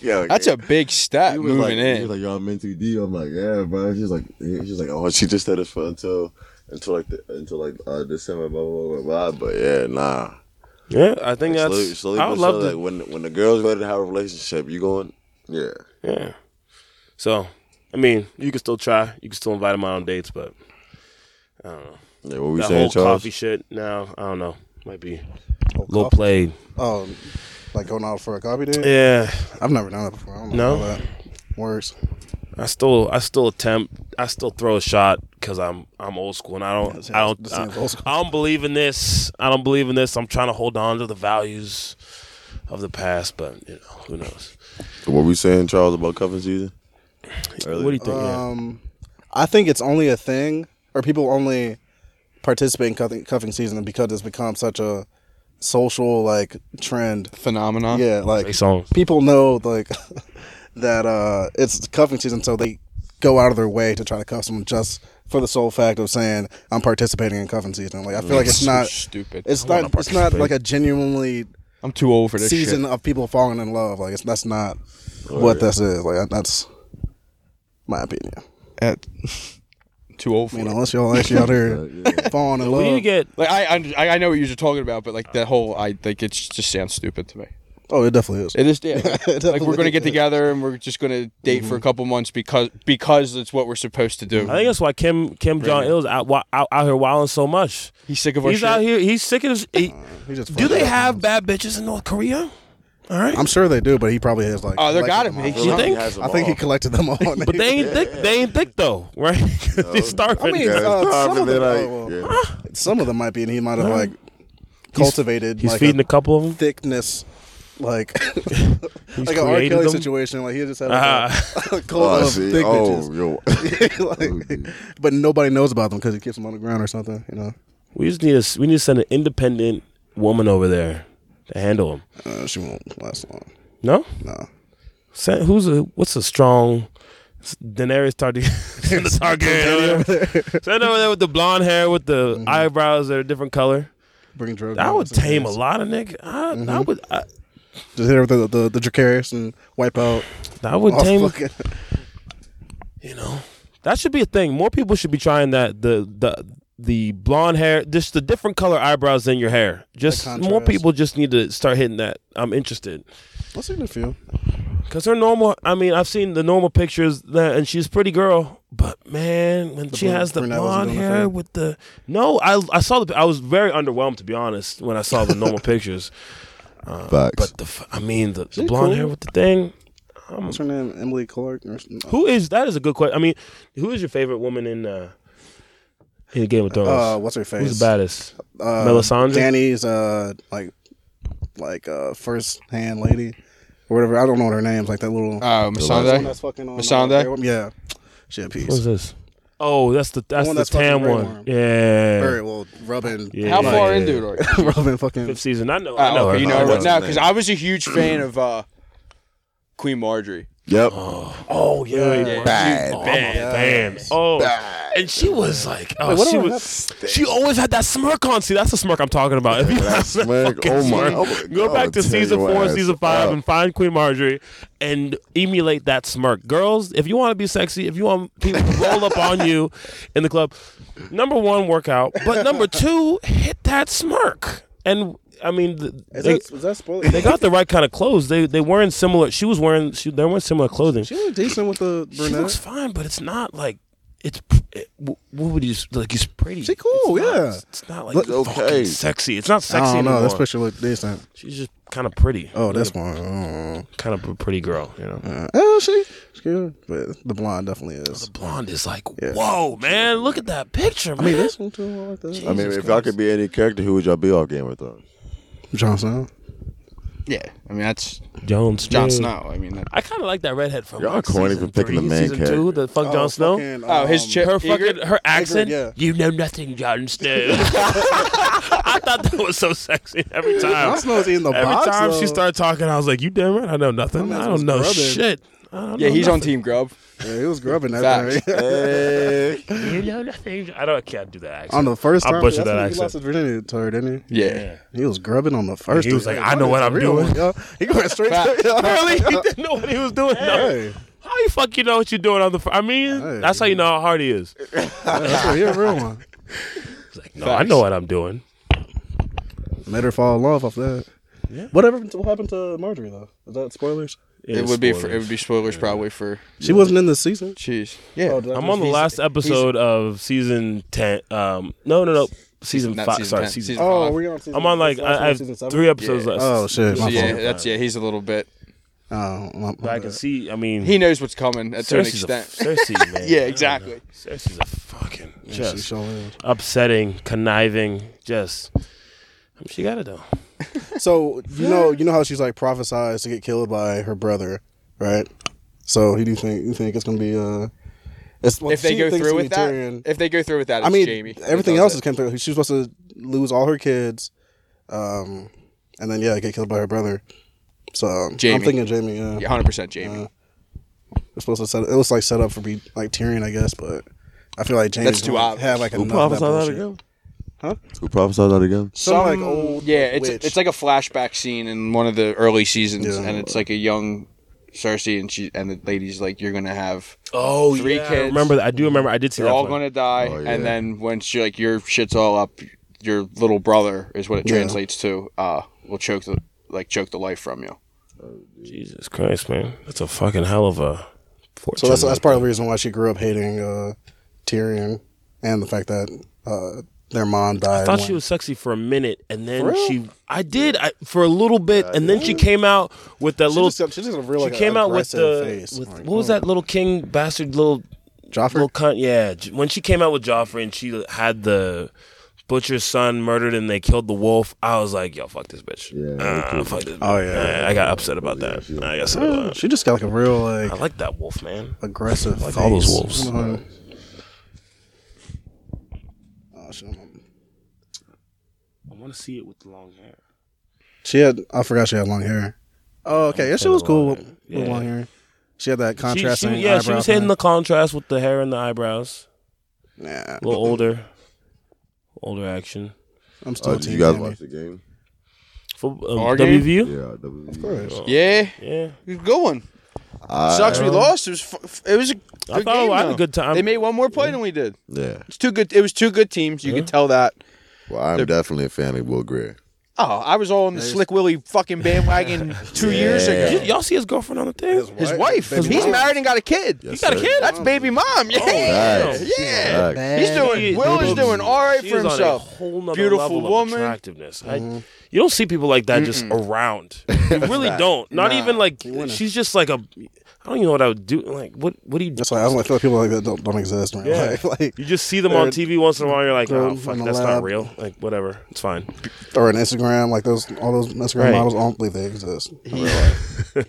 Speaker 4: yo,
Speaker 1: That's a big step
Speaker 4: He was
Speaker 1: moving
Speaker 4: like, He
Speaker 1: in.
Speaker 4: was like, "Yo, I'm in too deep." I'm like, "Yeah, bro." She's like, "She's like, oh, she just said this for until until like the, until like uh, December, blah blah blah blah." But yeah, nah.
Speaker 2: Yeah, I think that's.
Speaker 4: Slowly, slowly
Speaker 2: I
Speaker 4: but
Speaker 2: would love
Speaker 4: surely,
Speaker 2: to.
Speaker 4: like when when the girl's ready to have a relationship, you going, yeah.
Speaker 2: Yeah. So, I mean, you can still try. You can still invite him out on dates, but
Speaker 4: Yeah, what we
Speaker 2: that
Speaker 4: saying,
Speaker 2: whole
Speaker 4: Charles?
Speaker 2: coffee shit now, I don't know. Might be
Speaker 3: Oh,
Speaker 2: a little
Speaker 3: coffee.
Speaker 2: played.
Speaker 3: Oh, like going out for a coffee date?
Speaker 2: Yeah.
Speaker 3: I've never done that before. I don't
Speaker 2: No?
Speaker 3: know how that works.
Speaker 2: I still, I still attempt. I still throw a shot because I'm, I'm old school, and I don't,
Speaker 3: That's-
Speaker 2: I don't,
Speaker 3: that's the
Speaker 2: I,
Speaker 3: same as old school.
Speaker 2: I don't believe in this. I don't believe in this. I'm trying to hold on to the values of the past, but you know, who knows?
Speaker 4: What we saying, Charles, about cuffing season?
Speaker 2: What do you think? yeah.
Speaker 3: Um, I think it's only a thing, or people only participate in cuffing, cuffing season because it's become such a social like trend.
Speaker 1: Phenomenon.
Speaker 3: Yeah, like
Speaker 2: Based on-
Speaker 3: people know like that uh it's cuffing season, so they go out of their way to try to cuff someone just for the sole fact of saying I'm participating in cuffing season. Like I feel like it's
Speaker 1: So
Speaker 3: not.
Speaker 1: stupid.
Speaker 3: It's not. It's not like a genuinely
Speaker 1: I'm too old for this
Speaker 3: season
Speaker 1: shit.
Speaker 3: of people falling in love. Like it's, that's not what this is. Like that's my opinion.
Speaker 1: At- too old for
Speaker 3: You
Speaker 1: it.
Speaker 3: know, unless y'all actually out here falling in love.
Speaker 2: What do you get?
Speaker 1: Like I, under- I, I know what you're talking about, but like that whole, I think it just sounds stupid to me.
Speaker 3: Oh, it definitely is.
Speaker 1: It is, yeah. like we're gonna
Speaker 3: definitely
Speaker 1: get together and we're just gonna date for a couple months because because it's what we're supposed to do.
Speaker 2: I think that's why Kim Kim Jong Il's out, wa- out out here wilding so much.
Speaker 1: he's sick of our
Speaker 2: He's
Speaker 1: shit.
Speaker 2: out here. He's sick of. His, he,
Speaker 3: He just
Speaker 2: do
Speaker 3: fucked
Speaker 2: they
Speaker 3: up.
Speaker 2: have bad bitches in North Korea? All right,
Speaker 3: I'm sure they do, but he probably has like.
Speaker 1: Oh, there
Speaker 3: collected
Speaker 1: gotta
Speaker 3: them
Speaker 1: be.
Speaker 3: all.
Speaker 1: You
Speaker 2: think?
Speaker 3: I think he collected them all.
Speaker 2: but they ain't thick. They ain't thick though, right? 'Cause they starving.
Speaker 3: I mean, uh, some of them- oh, well.
Speaker 4: yeah.
Speaker 3: Some of them might be, and he might have like cultivated.
Speaker 2: he's
Speaker 3: like,
Speaker 2: feeding
Speaker 3: a
Speaker 2: a couple of them.
Speaker 3: thickness. Like, like an R.
Speaker 2: created
Speaker 3: Kelly
Speaker 2: them?
Speaker 3: situation. Like he just had like,
Speaker 2: Ah.
Speaker 3: a, a cult
Speaker 4: Oh,
Speaker 3: of
Speaker 4: see.
Speaker 3: thick
Speaker 4: oh,
Speaker 3: bitches.
Speaker 4: yo.
Speaker 3: Like, but nobody knows about them because he keeps them on the ground or something. You know,
Speaker 2: we just need to. We need to send an independent woman over there to handle him.
Speaker 3: uh, she won't last long.
Speaker 2: No,
Speaker 3: No.
Speaker 2: Send, who's a what's a strong Daenerys Targaryen? send the Targaryen over there. Send over there with the blonde hair, with the eyebrows that are a different color.
Speaker 3: Bring drugs.
Speaker 2: I would Mm-hmm. tame a lot of nigga. I, I would. I,
Speaker 3: Just hit her with the the, the Dracarys and wipe out.
Speaker 2: I would
Speaker 3: all
Speaker 2: tame.
Speaker 3: fucking-
Speaker 2: You know, that should be a thing. More people should be trying that the the the blonde hair, just the different color eyebrows in your hair. Just more
Speaker 3: contrast.
Speaker 2: people just need to start hitting that. I'm interested
Speaker 3: I've seen a few.
Speaker 2: because her normal. I mean, I've seen the normal pictures that, and she's a pretty girl. But man, when she
Speaker 3: brun-
Speaker 2: has the
Speaker 3: brunette wasn't
Speaker 2: blonde
Speaker 3: doing it for
Speaker 2: hair
Speaker 3: you?
Speaker 2: with the no, I I saw the. I was very underwhelmed to be honest when I saw the normal pictures.
Speaker 4: Facts.
Speaker 2: But the f- I mean the, the blonde hair with the thing.
Speaker 3: What's her name? Emily Clark. Or, something?
Speaker 2: Who is that? Is a good question. I mean, who is your favorite woman in uh in Game of Thrones?
Speaker 3: uh, what's her face?
Speaker 2: Who's the baddest?
Speaker 3: Uh,
Speaker 2: Melisandre?
Speaker 3: Danny's uh like like uh first hand lady or whatever. I don't know what her name's like that little
Speaker 1: Uh,
Speaker 3: the one
Speaker 1: Masande.
Speaker 3: that's fucking on
Speaker 1: Missandei?
Speaker 3: uh, yeah. She a
Speaker 2: What is
Speaker 3: piece.
Speaker 2: this? Oh, that's the that's
Speaker 3: one
Speaker 2: the,
Speaker 3: that's fucking
Speaker 2: Tam
Speaker 3: Grey
Speaker 2: one.
Speaker 3: Worm.
Speaker 2: Yeah.
Speaker 3: Very well rubbing
Speaker 2: Yeah.
Speaker 1: How
Speaker 2: Yeah,
Speaker 1: far
Speaker 2: yeah,
Speaker 1: into
Speaker 2: yeah.
Speaker 1: it are you?
Speaker 3: rubbing fucking
Speaker 2: Fifth season. I know. I
Speaker 1: Oh,
Speaker 2: know. her.
Speaker 1: okay, you
Speaker 4: I
Speaker 1: know
Speaker 4: know
Speaker 1: her
Speaker 4: her
Speaker 1: now
Speaker 4: name.
Speaker 1: because I was a huge fan of uh, Queen Marjorie.
Speaker 4: Yep.
Speaker 2: Oh yeah. yeah.
Speaker 4: Bad.
Speaker 2: Oh, bam, bam. Oh, and she was like, oh, she was. She always had that smirk on. See, that's the smirk I'm talking about. If you
Speaker 4: That
Speaker 2: have
Speaker 4: smirk.
Speaker 2: fucking
Speaker 4: Oh, my-
Speaker 2: smirk,
Speaker 4: oh, my
Speaker 2: Go
Speaker 4: God,
Speaker 2: back to
Speaker 4: tear
Speaker 2: season
Speaker 4: your
Speaker 2: four, and
Speaker 4: ass
Speaker 2: season five,
Speaker 4: up.
Speaker 2: and find Queen Marjorie and emulate that smirk. Girls, if you want to be sexy, if you want people to roll up on you in the club, number one, work out. But number two, hit that smirk. And I mean, th-
Speaker 3: Is
Speaker 2: they,
Speaker 3: that, is that spoiler?
Speaker 2: they got the right kind of clothes. They they wearing similar. She was wearing. She, they wearing similar clothing.
Speaker 3: she looked decent with the
Speaker 2: She looks
Speaker 3: brunette.
Speaker 2: fine, but it's not like it's it- wh- what would you s- like? He's pretty.
Speaker 3: She cool,
Speaker 2: It's not-
Speaker 3: yeah.
Speaker 2: It's not like
Speaker 3: Look-
Speaker 2: fucking
Speaker 4: Okay.
Speaker 2: sexy. It's not sexy
Speaker 3: I don't know.
Speaker 2: anymore.
Speaker 3: This picture looked decent.
Speaker 2: She's just kind of pretty.
Speaker 3: Oh, this one. Oh,
Speaker 2: kind of a pretty girl. You know,
Speaker 3: uh, oh she. she good. But the blonde definitely is.
Speaker 2: blonde is like, whoa, man, look at that picture, man.
Speaker 3: I mean, this one too. I like this.
Speaker 4: I mean, if y'all could be any character, who would y'all be on Game of Thrones?
Speaker 3: Jon Snow.
Speaker 1: Yeah, I mean that's
Speaker 2: Jon Snow.
Speaker 1: Jon Snow. I mean, that,
Speaker 2: I kind of like that redhead from.
Speaker 4: Y'all
Speaker 2: like,
Speaker 4: corny
Speaker 2: season
Speaker 4: for
Speaker 2: three,
Speaker 4: picking the main
Speaker 2: season Two,
Speaker 4: character.
Speaker 2: the fuck Jon Snow.
Speaker 3: fucking,
Speaker 1: oh, his
Speaker 3: um,
Speaker 1: chick,
Speaker 2: her fucking
Speaker 1: Ygritte?
Speaker 2: her accent.
Speaker 3: yeah.
Speaker 2: You know nothing, Jon Snow. I thought that was so sexy every time.
Speaker 3: Jon Snow's eating the
Speaker 2: every
Speaker 3: box.
Speaker 2: time she
Speaker 3: though.
Speaker 2: started talking, I was like, "You damn right, I know nothing.
Speaker 3: that's
Speaker 2: I
Speaker 3: what's
Speaker 2: don't know
Speaker 3: brother.
Speaker 2: shit. I don't
Speaker 1: Yeah,
Speaker 2: know
Speaker 1: he's on
Speaker 2: nothing.
Speaker 1: Team Grub.
Speaker 3: Yeah, he was grubbing that
Speaker 1: Facts.
Speaker 3: thing.
Speaker 4: Hey.
Speaker 2: You know nothing. I don't. I can't do that accent.
Speaker 3: on the first
Speaker 2: I
Speaker 3: time.
Speaker 2: butchered
Speaker 3: that's
Speaker 2: that
Speaker 3: when He
Speaker 2: accent.
Speaker 3: lost his virginity to her, didn't he?
Speaker 1: Yeah.
Speaker 3: He was grubbing on the first.
Speaker 2: He was
Speaker 3: one.
Speaker 2: like, I know what I'm
Speaker 3: Real
Speaker 2: doing.
Speaker 3: one, yo. He going straight to
Speaker 2: Apparently, he didn't know what he was doing. No.
Speaker 3: Hey,
Speaker 2: How you fuck you know what you're doing on the? fr- I mean,
Speaker 3: Hey.
Speaker 2: that's how you know how hard he is.
Speaker 3: that's a, he a real one.
Speaker 2: He's like, no, I know what I'm doing.
Speaker 3: Made her fall in love off that. Yeah. Whatever what happened to Marjorie though? Is that spoilers?
Speaker 1: It would be for, it would be spoilers probably for
Speaker 3: She wasn't in this season.
Speaker 1: cheese. Yeah,
Speaker 3: Oh, did I
Speaker 2: I'm
Speaker 3: just-
Speaker 2: on the
Speaker 1: He's-
Speaker 2: last episode of season ten. Um, no, no, no, season
Speaker 1: not
Speaker 2: five.
Speaker 1: season
Speaker 2: sorry,
Speaker 1: 10,
Speaker 2: season.
Speaker 1: season-
Speaker 2: Five.
Speaker 3: Oh, we on season.
Speaker 2: I'm on like
Speaker 3: this last
Speaker 2: I, I have
Speaker 3: season seven?
Speaker 2: three episodes
Speaker 1: Yeah.
Speaker 2: left.
Speaker 3: Oh shit,
Speaker 1: So,
Speaker 3: my
Speaker 1: yeah,
Speaker 3: fault.
Speaker 1: that's yeah. He's a little bit.
Speaker 3: Oh, my,
Speaker 2: But
Speaker 3: my
Speaker 2: I can
Speaker 3: bad.
Speaker 2: see. I mean,
Speaker 1: He knows what's coming uh, to an
Speaker 2: Cersei's a-
Speaker 1: extent.
Speaker 2: Cersei, man.
Speaker 1: Yeah, exactly.
Speaker 2: Cersei's a fucking
Speaker 3: She
Speaker 2: just
Speaker 3: sure is.
Speaker 2: upsetting, conniving, just. She got it though.
Speaker 3: So you know, you know how she's like prophesized to get killed by her brother, right? So who do you think? You think it's gonna be? uh it's, well,
Speaker 1: If they
Speaker 3: she
Speaker 1: go
Speaker 3: thinks
Speaker 1: through
Speaker 3: it's
Speaker 1: with
Speaker 3: gonna
Speaker 1: that,
Speaker 3: be Tyrion.
Speaker 1: if they go through with that, it's
Speaker 3: I mean,
Speaker 1: Jamie. that
Speaker 3: everything
Speaker 1: does
Speaker 3: else
Speaker 1: it.
Speaker 3: is coming through. She was supposed to lose all her kids, um, and then yeah, get killed by her brother. So um, I'm
Speaker 1: Jaime.
Speaker 3: thinking Jamie. Yeah,
Speaker 1: Yeah, 100% Jamie.
Speaker 3: Uh, It's supposed to set. It was like set up for be like Tyrion, I guess, but I feel like Jamie
Speaker 1: That's too obvious.
Speaker 3: have like
Speaker 4: Who
Speaker 3: enough of
Speaker 4: prophesied
Speaker 3: that
Speaker 4: that
Speaker 3: bullshit.
Speaker 4: again?
Speaker 3: Huh?
Speaker 4: Who prophesied that again?
Speaker 3: Some like old
Speaker 1: yeah, it's
Speaker 3: witch.
Speaker 1: it's like a flashback scene in one of the early seasons,
Speaker 3: Yeah.
Speaker 1: and it's like a young Cersei, and she and the lady's like, "You're gonna have,
Speaker 2: Oh,
Speaker 1: Three
Speaker 2: yeah, I
Speaker 1: kids.
Speaker 2: remember that. I do remember. I did see
Speaker 1: you're
Speaker 2: that.
Speaker 1: all
Speaker 2: one.
Speaker 1: gonna die,"
Speaker 4: Oh, yeah.
Speaker 1: and then when she like your shit's all up, your little brother is what it
Speaker 3: Yeah.
Speaker 1: translates to. Uh, will choke the like choke the life from you.
Speaker 2: Jesus Christ, man, that's a fucking hell of a.
Speaker 3: So
Speaker 2: Fortune.
Speaker 3: that's that's part of the reason why she grew up hating uh, Tyrion, and the fact that uh, their mom died.
Speaker 2: I thought
Speaker 3: when-
Speaker 2: she was sexy for a minute, and then she. I did I, for a little bit, and then she came out with that
Speaker 3: She
Speaker 2: little.
Speaker 3: just got- she just got a real,
Speaker 2: she
Speaker 3: like,
Speaker 2: came out with the.
Speaker 3: aggressive face.
Speaker 2: With,
Speaker 3: Like,
Speaker 2: what was
Speaker 3: oh.
Speaker 2: that little king bastard little
Speaker 3: Joffrey.
Speaker 2: little cunt? Yeah, J- when she came out with Joffrey and she had the butcher's son murdered and they killed the wolf, I was like, yo, fuck this bitch.
Speaker 4: Yeah,
Speaker 2: Uh, fuck this.
Speaker 3: Oh,
Speaker 2: bitch.
Speaker 3: yeah. "Ah."
Speaker 2: Uh, I got upset about that. I got upset about that.
Speaker 3: She just got like a real like
Speaker 2: I like that wolf, man.
Speaker 3: aggressive.
Speaker 2: like all those
Speaker 3: face.
Speaker 2: wolves.
Speaker 3: I don't know. Oh, shit, I'm-
Speaker 2: I want to see it with the long hair.
Speaker 3: She had. I forgot she had long hair. Oh, okay. Yeah, she was cool with,
Speaker 2: Yeah.
Speaker 3: with long hair. She had that
Speaker 2: She,
Speaker 3: contrasting.
Speaker 2: she- yeah, she
Speaker 3: eyebrow
Speaker 2: was hitting
Speaker 3: thing.
Speaker 2: the contrast with the hair and the eyebrows.
Speaker 3: Nah,
Speaker 2: A little older, older action.
Speaker 3: I'm still.
Speaker 4: Uh,
Speaker 3: a
Speaker 4: did
Speaker 3: team
Speaker 4: you guys
Speaker 3: Jamie.
Speaker 4: watch the game?
Speaker 2: Football,
Speaker 1: Our
Speaker 2: um,
Speaker 1: game?
Speaker 2: WVU?
Speaker 4: Yeah, W. Of
Speaker 2: Oh.
Speaker 3: course.
Speaker 1: Yeah,
Speaker 2: Yeah.
Speaker 1: it was a good one.
Speaker 4: I,
Speaker 1: Sucks we lost. It was fu- f- it was a good
Speaker 2: I thought
Speaker 1: game.
Speaker 2: I had a
Speaker 1: though.
Speaker 2: good time.
Speaker 1: They made one more play than we did.
Speaker 4: Yeah.
Speaker 1: It's two good. It was two good teams. You could tell that.
Speaker 4: Well, I'm definitely a fan of Will Greer.
Speaker 1: Oh, I was all in the Slick Willie fucking bandwagon two years ago.
Speaker 2: Did y'all see his girlfriend on the thing?
Speaker 1: His wife. He's
Speaker 3: mom.
Speaker 1: married and got a kid.
Speaker 4: Yes,
Speaker 2: He got a
Speaker 4: sir.
Speaker 2: kid?
Speaker 1: That's baby mom. Yeah.
Speaker 2: Oh,
Speaker 4: Facts.
Speaker 1: Yeah.
Speaker 4: Facts.
Speaker 1: He's doing Will is doing all right
Speaker 2: She
Speaker 1: for
Speaker 2: is on a
Speaker 1: himself.
Speaker 2: whole nother
Speaker 1: Beautiful
Speaker 2: level of
Speaker 1: woman. Mm-hmm.
Speaker 2: attractiveness. I- you don't see people like that just around. You really don't. Not even like she's just like a. I don't even know what I would do. Like what? What do you?
Speaker 3: That's why I don't like, feel like people like that don't, don't exist. Man.
Speaker 2: Yeah.
Speaker 3: Like, like-
Speaker 2: You just see them on TV once in a while. You're like,
Speaker 3: Girl
Speaker 2: oh fuck,
Speaker 3: from the
Speaker 2: that's
Speaker 3: lab.
Speaker 2: not real. Like whatever, it's fine.
Speaker 3: or an Instagram, like those all those Instagram
Speaker 2: Right.
Speaker 3: models. I don't believe they exist.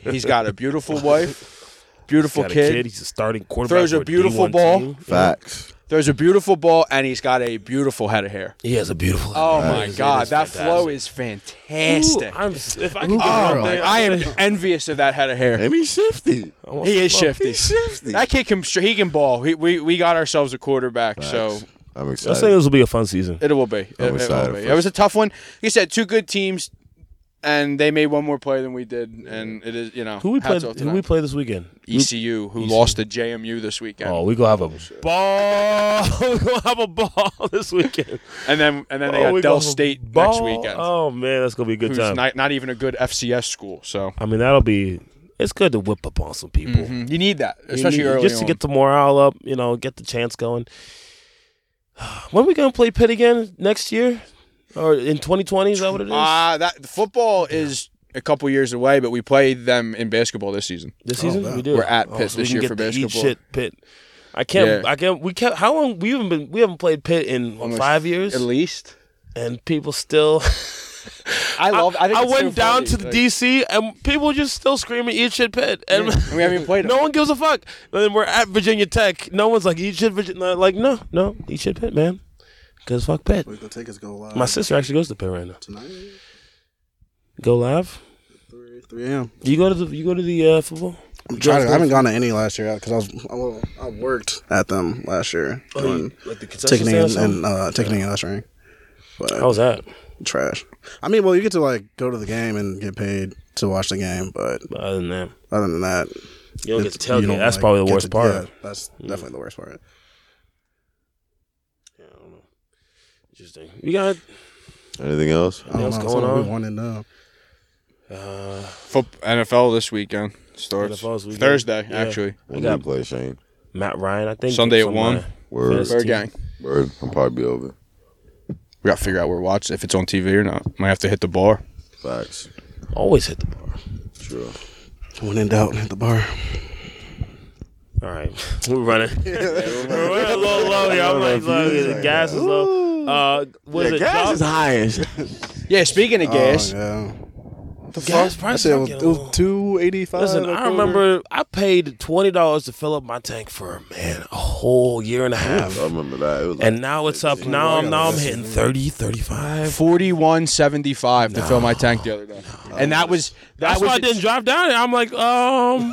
Speaker 1: He's got a beautiful wife, beautiful
Speaker 2: Got a
Speaker 1: kid.
Speaker 2: kid. He's a starting quarterback.
Speaker 1: Throws a
Speaker 2: for
Speaker 1: beautiful
Speaker 2: D1
Speaker 1: ball.
Speaker 2: team.
Speaker 4: Facts.
Speaker 1: There's a beautiful ball, and he's got a beautiful head of hair.
Speaker 2: He has a beautiful.
Speaker 1: Oh my
Speaker 2: It is
Speaker 1: God, that
Speaker 2: fantastic.
Speaker 1: flow is
Speaker 2: Ooh,
Speaker 1: fantastic.
Speaker 2: I'm, s- if I could do
Speaker 1: Oh,
Speaker 2: one thing,
Speaker 1: I am envious of that head of hair.
Speaker 4: And he's shifty.
Speaker 1: He is shifty.
Speaker 4: He's shifty.
Speaker 1: That kid can str- he can ball. He, we we got ourselves a quarterback, so
Speaker 4: I'm
Speaker 2: I think
Speaker 4: excited.
Speaker 2: this will be a fun season.
Speaker 1: it will be. It,
Speaker 4: I'm
Speaker 1: it will
Speaker 4: excited
Speaker 1: be.
Speaker 4: for
Speaker 1: It was a tough one. Like you said, two good teams, and they made one more play than we did, and it is you know
Speaker 2: Who we play?
Speaker 1: hats off to
Speaker 2: Who
Speaker 1: them.
Speaker 2: we E play this weekend?
Speaker 1: ECU who lost to JMU this weekend,
Speaker 2: Oh, we gonna have a ball. we gonna have a ball this weekend.
Speaker 1: and then and then they
Speaker 2: oh,
Speaker 1: got
Speaker 2: we
Speaker 1: Dell
Speaker 2: gonna have a
Speaker 1: State next
Speaker 2: ball.
Speaker 1: weekend,
Speaker 2: Oh man, that's gonna be a good
Speaker 1: who's
Speaker 2: time.
Speaker 1: not, not even a good FCS school. So Hmm,
Speaker 2: I mean, that'll be it's good to whip up on some people.
Speaker 1: You need that,
Speaker 2: You
Speaker 1: Mm-hmm. especially
Speaker 2: need-
Speaker 1: early
Speaker 2: just to
Speaker 1: on.
Speaker 2: get the morale up, you know, get the chance going. When are we gonna play Pitt again next year, or in 2020? Is that what it is?
Speaker 1: Uh, that football is a couple years away, but we play them in basketball this season.
Speaker 2: this season we do.
Speaker 1: We're at
Speaker 2: Oh,
Speaker 1: Pitt
Speaker 2: so we
Speaker 1: this
Speaker 2: can
Speaker 1: year
Speaker 2: get
Speaker 1: for
Speaker 2: to eat
Speaker 1: basketball.
Speaker 2: shit, Pitt. I can't.
Speaker 1: Yeah.
Speaker 2: I can't. We can't. How long? We haven't been. We haven't played Pitt in what,
Speaker 1: Almost
Speaker 2: five years,
Speaker 1: at least.
Speaker 2: and people still.
Speaker 1: I love. I, think it's so
Speaker 2: went down
Speaker 1: funny,
Speaker 2: to the
Speaker 1: like-
Speaker 2: DC, and people were just still screaming "Eat shit, Pitt," and
Speaker 1: and we haven't even played 'em.
Speaker 2: No one gives a fuck. And then we're at Virginia Tech. No one's like "Eat shit, Virginia." Like no, no, eat shit, Pitt, man. Cause fuck Pitt.
Speaker 3: Wait, the tickets go live
Speaker 2: My sister actually goes to Pitt right now.
Speaker 3: tonight,
Speaker 2: Go live.
Speaker 3: 3, 3 a.m.
Speaker 2: You go to the you go to the uh, football.
Speaker 3: I'm trying. To, I haven't gone to any last year because I was I, well, I worked at them last year
Speaker 2: Oh,
Speaker 3: doing
Speaker 2: like the
Speaker 3: ticketing and, and uh, ticketing and ushering. But
Speaker 2: How was that?
Speaker 3: trash. I mean, well, you get to like go to the game and get paid to watch the game, but
Speaker 2: But other than that,
Speaker 3: other than that,
Speaker 2: you don't get
Speaker 3: it's-
Speaker 2: to tailgate.
Speaker 3: you don't,
Speaker 2: That's
Speaker 3: like,
Speaker 2: probably the
Speaker 3: get
Speaker 2: worst
Speaker 3: to-
Speaker 2: part. Mm.
Speaker 3: yeah, that's definitely the worst part.
Speaker 2: Yeah, I don't know. Interesting. You got
Speaker 4: Anything else?
Speaker 3: I don't
Speaker 2: What's
Speaker 3: know,
Speaker 2: going
Speaker 3: so we
Speaker 2: on?
Speaker 3: want to know.
Speaker 2: uh,
Speaker 1: Foot- NFL this weekend starts
Speaker 2: NFL's weekend.
Speaker 1: Thursday.
Speaker 2: Yeah.
Speaker 1: Actually,
Speaker 4: When
Speaker 2: got-
Speaker 4: do you play, Shane?
Speaker 2: Matt Ryan, I think
Speaker 1: Sunday at
Speaker 2: from,
Speaker 1: one.
Speaker 2: uh,
Speaker 4: Word.
Speaker 2: Fantasy.
Speaker 1: Bird gang.
Speaker 4: Word. I'll probably be over.
Speaker 1: We got to figure out where to watch if it's on TV or not. Might have to hit the bar.
Speaker 4: Facts.
Speaker 2: Always hit the bar.
Speaker 4: True.
Speaker 3: When in doubt, hit the bar.
Speaker 2: All right, we're running. we're running a little low. Y'all might the gas is low. Uh, was it Josh-
Speaker 4: highest.
Speaker 1: Yeah. Speaking of gas,
Speaker 3: Oh, yeah.
Speaker 2: gas
Speaker 3: I
Speaker 2: price?
Speaker 3: said it was,
Speaker 2: I'm
Speaker 3: it
Speaker 2: getting
Speaker 3: was two eighty five.
Speaker 2: Listen, I remember I paid twenty dollars to fill up my tank for man a whole year and a half,
Speaker 4: I remember that. It was like,
Speaker 2: and now it's up. Now I'm now I'm hitting 30, 35.
Speaker 1: forty-one seventy-five to fill my tank the other day, and that was that
Speaker 2: That's why I
Speaker 1: was.
Speaker 2: didn't drive down. there. I'm like, um,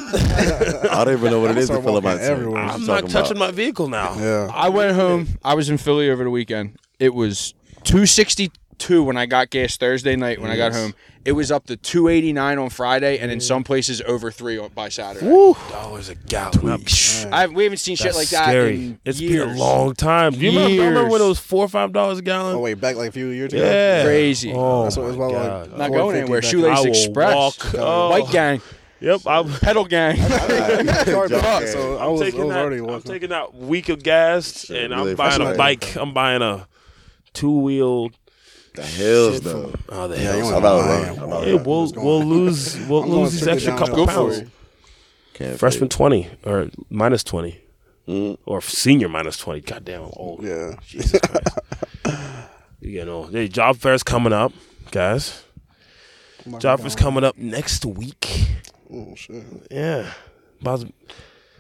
Speaker 4: I don't even know what it is to
Speaker 3: Start
Speaker 4: fill up my
Speaker 3: walking
Speaker 4: tank.
Speaker 3: everywhere.
Speaker 4: What you
Speaker 2: I'm
Speaker 4: talking
Speaker 2: not touching
Speaker 4: about?
Speaker 2: my vehicle now.
Speaker 3: Yeah,
Speaker 1: I went home. I was in Philly over the weekend. It was two sixty-two when I got gas Thursday night. When I got home, it was up to two eighty-nine on Friday,
Speaker 2: Mm.
Speaker 1: and in some places over three on, by Saturday.
Speaker 2: Dollars a gallon. I'm-
Speaker 1: I haven't- we haven't seen shit
Speaker 2: That's
Speaker 1: like that.
Speaker 2: Scary.
Speaker 1: In
Speaker 2: it's
Speaker 1: years.
Speaker 2: been a long time. Do you remember, I remember when it
Speaker 1: Years.
Speaker 2: was four or five dollars a gallon?
Speaker 3: Oh wait, back like a few years ago.
Speaker 2: yeah,
Speaker 1: Crazy.
Speaker 2: Oh,
Speaker 3: that's what it was about.
Speaker 2: God.
Speaker 3: Like,
Speaker 1: Not
Speaker 3: 450
Speaker 1: going anywhere.
Speaker 3: back
Speaker 1: Shoelace
Speaker 2: I will
Speaker 1: Express,
Speaker 2: walk. Oh.
Speaker 1: White Gang,
Speaker 2: yep. I'm,
Speaker 1: Pedal Gang.
Speaker 3: Sorry, but-
Speaker 4: Josh.
Speaker 3: so I
Speaker 2: I'm
Speaker 3: was, I
Speaker 2: taking
Speaker 3: was
Speaker 2: that.
Speaker 3: already
Speaker 2: I'm
Speaker 3: walking.
Speaker 2: taking that week of gas, and I'm
Speaker 4: really
Speaker 2: buying a
Speaker 4: frustrating.
Speaker 2: bike. I'm buying a two wheel.
Speaker 4: The hills, though.
Speaker 2: Oh, the
Speaker 3: Yeah, you
Speaker 2: hell.
Speaker 3: went
Speaker 4: about
Speaker 3: lying.
Speaker 4: right. About
Speaker 2: Hey,
Speaker 4: right.
Speaker 2: we'll we'll lose we'll
Speaker 3: I'm
Speaker 2: lose
Speaker 3: going
Speaker 2: these
Speaker 3: strictly
Speaker 2: extra
Speaker 3: down
Speaker 2: couple
Speaker 3: to
Speaker 2: pounds.
Speaker 3: four.
Speaker 4: Can't fit.
Speaker 2: Freshman twenty or minus twenty, or senior minus twenty. Goddamn, I'm old.
Speaker 3: Yeah,
Speaker 2: Jesus Christ. you know, the job fair's coming up, guys. Job fair's coming up next week.
Speaker 3: Oh, shit.
Speaker 2: Yeah. About to-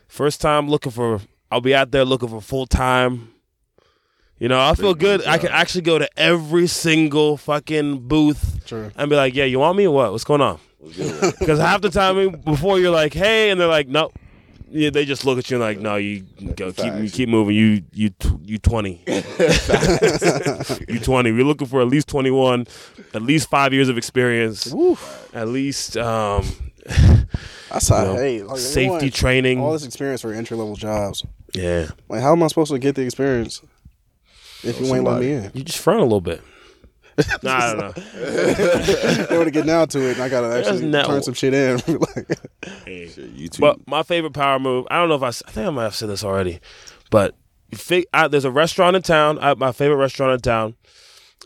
Speaker 2: First time looking for I'll be out there looking for full time. You know, I feel good. I can actually go to every single fucking booth
Speaker 3: True.
Speaker 2: and be like, "Yeah, you want me or what? What's going on?" Because half the time before you're like, "Hey," and they're like, "No." Yeah, they just look at you and like, "No, you go keep you keep moving. You you tw- you twenty, you twenty. We're looking for at least twenty one, at least five years of experience, at least um,
Speaker 3: I saw.
Speaker 2: know,
Speaker 3: hey, like,
Speaker 2: safety
Speaker 3: everyone-
Speaker 2: training.
Speaker 3: All this experience for entry level jobs.
Speaker 2: yeah."
Speaker 3: Like, how am I supposed to get the experience if you ain't let me in?
Speaker 2: You just frown a little bit. nah, I don't know.
Speaker 3: they would get down to it, and I gotta actually
Speaker 2: no-
Speaker 3: turn some shit in. like,
Speaker 4: You two.
Speaker 2: But my favorite power move. I don't know if I. s- I think I might have said this already, but fi- I, there's a restaurant in town. I, my favorite restaurant in town.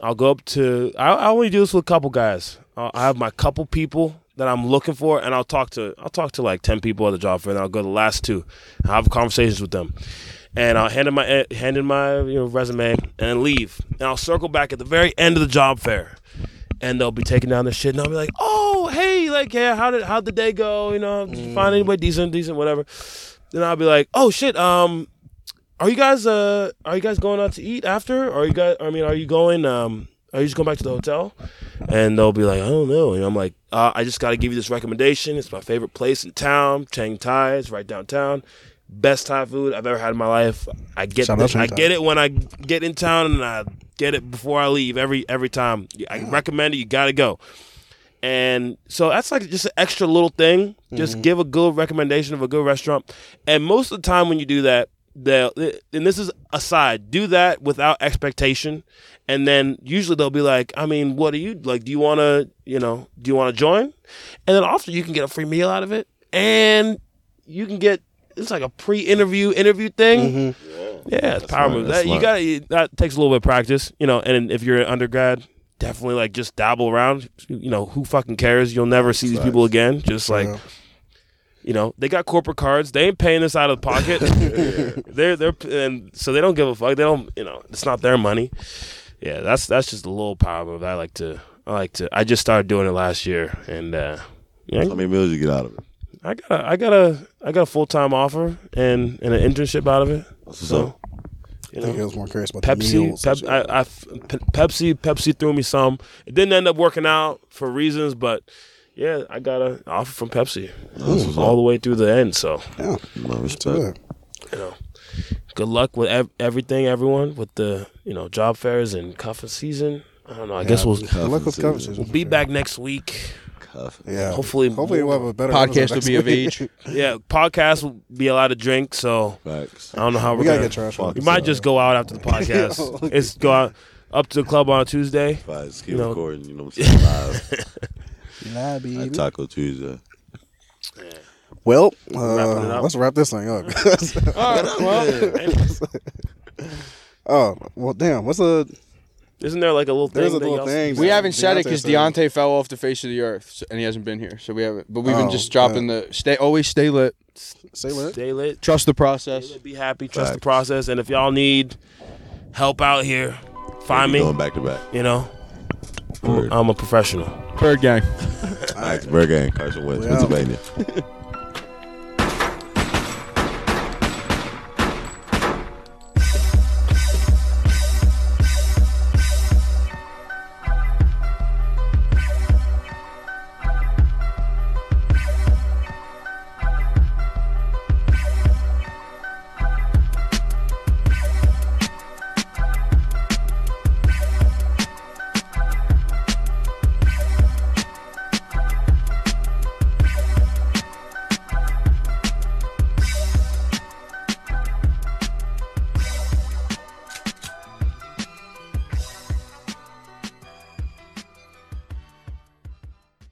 Speaker 2: I'll go up to. I, I only do this with a couple guys. I'll, I have my couple people that I'm looking for, and I'll talk to. I'll talk to like ten people at the job fair, and I'll go to the last two. I'll have conversations with them, and I'll hand in my eh, hand in my you know resume and leave, and I'll circle back at the very end of the job fair. and they'll be taking down their shit, and I'll be like, "Oh, hey, like, yeah, how did how did the day go? You know, did you find anybody decent, decent, whatever." Then I'll be like, "Oh shit, um, are you guys uh are you guys going out to eat after? Or are you guys? I mean, are you going um are you just going back to the hotel?" And they'll be like, "I don't know," and I'm like, uh, "I just got to give you this recommendation. It's my favorite place in town, Chang Thai. It's right downtown." Best Thai food I've ever had in my life. I get
Speaker 3: Shout out
Speaker 2: this,
Speaker 3: Chang
Speaker 2: I
Speaker 3: Thai.
Speaker 2: get it when I get in town and I get it before I leave every every time. I recommend it. You got to go. And so that's like just an extra little thing. Just give a good recommendation of a good restaurant. And most of the time when you do that, they'll and this is aside, do that without expectation. And then usually they'll be like, I mean, what do you like? Do you want to, you know, do you want to join? And then often you can get a free meal out of it. and you can get it's like a pre-interview interview thing. Yeah, it's power
Speaker 4: smart,
Speaker 2: move.
Speaker 4: that's
Speaker 2: That, you
Speaker 4: smart.
Speaker 2: got to that takes a little bit of practice, you know. And if you're an undergrad, definitely like just dabble around. You know, who fucking cares? You'll never see these people again. Just like. You know they got corporate cards. They ain't paying this out of pocket. they're they're and so they don't give a fuck. They don't you know it's not their money. Yeah, that's that's just a little power move. I like to I like to I just started doing it last year and uh, yeah,
Speaker 4: How many meals you get out of it?
Speaker 2: I got a, I got a, I got a full time offer and, and an internship out of it. So, you
Speaker 3: I think I
Speaker 2: know,
Speaker 3: was more curious about the
Speaker 2: Pepsi,
Speaker 3: meals.
Speaker 2: Pep,
Speaker 3: and shit.
Speaker 2: I, I f- Pe- Pepsi, Pepsi threw me some. It didn't end up working out for reasons, but yeah, I got an offer from Pepsi all the way through the end. So,
Speaker 3: yeah,
Speaker 4: No respect.
Speaker 3: good.
Speaker 2: you know, good luck with ev- everything, everyone, with the you know job fairs and cuffing season. I don't know. I guess we'll
Speaker 3: Good luck with
Speaker 4: Cuffing season.
Speaker 3: conversations.
Speaker 2: be back next week.
Speaker 3: Yeah.
Speaker 2: Hopefully-
Speaker 3: hopefully we'll have a better
Speaker 1: Podcast will
Speaker 3: episode next
Speaker 1: be of
Speaker 3: week.
Speaker 1: age.
Speaker 2: Yeah, podcast will be allowed to drink. So
Speaker 4: Facts.
Speaker 2: I don't know how we're
Speaker 3: We gotta
Speaker 2: gonna-
Speaker 3: get trash.
Speaker 4: Fuck.
Speaker 3: on.
Speaker 2: You might just go out after the podcast. it's go out up to the club on a Tuesday.
Speaker 4: Facts. Keep
Speaker 2: You know-
Speaker 4: recording. You know what I'm saying? Live.
Speaker 3: Nah, baby.
Speaker 4: at Taco Tuesday.
Speaker 3: Well,
Speaker 2: Wrapping it
Speaker 3: uh,
Speaker 2: up.
Speaker 3: let's wrap this thing up.
Speaker 2: Isn't
Speaker 3: oh well, damn. What's a
Speaker 2: there like a little
Speaker 3: there's
Speaker 2: thing?
Speaker 3: a
Speaker 2: that
Speaker 3: little
Speaker 2: y'all-
Speaker 3: thing.
Speaker 1: We
Speaker 3: that
Speaker 1: haven't said it
Speaker 3: Deontay
Speaker 1: because
Speaker 3: said.
Speaker 1: Deontay fell off the face of the earth so- and he hasn't been here, so we haven't. But we've been
Speaker 3: Oh,
Speaker 1: just dropping the stay always stay lit,
Speaker 3: Say what?
Speaker 2: Stay lit.
Speaker 1: trust the process.
Speaker 2: Stay lit, Be happy. Trust the
Speaker 4: Facts.
Speaker 2: process. And if y'all need help out here, find
Speaker 4: We
Speaker 2: me.
Speaker 4: Going back to back.
Speaker 2: You know,
Speaker 4: Word.
Speaker 2: I'm a professional.
Speaker 1: Bird gang.
Speaker 4: All right, Burger Gang, Carson Wentz,
Speaker 3: We out.
Speaker 4: Pennsylvania.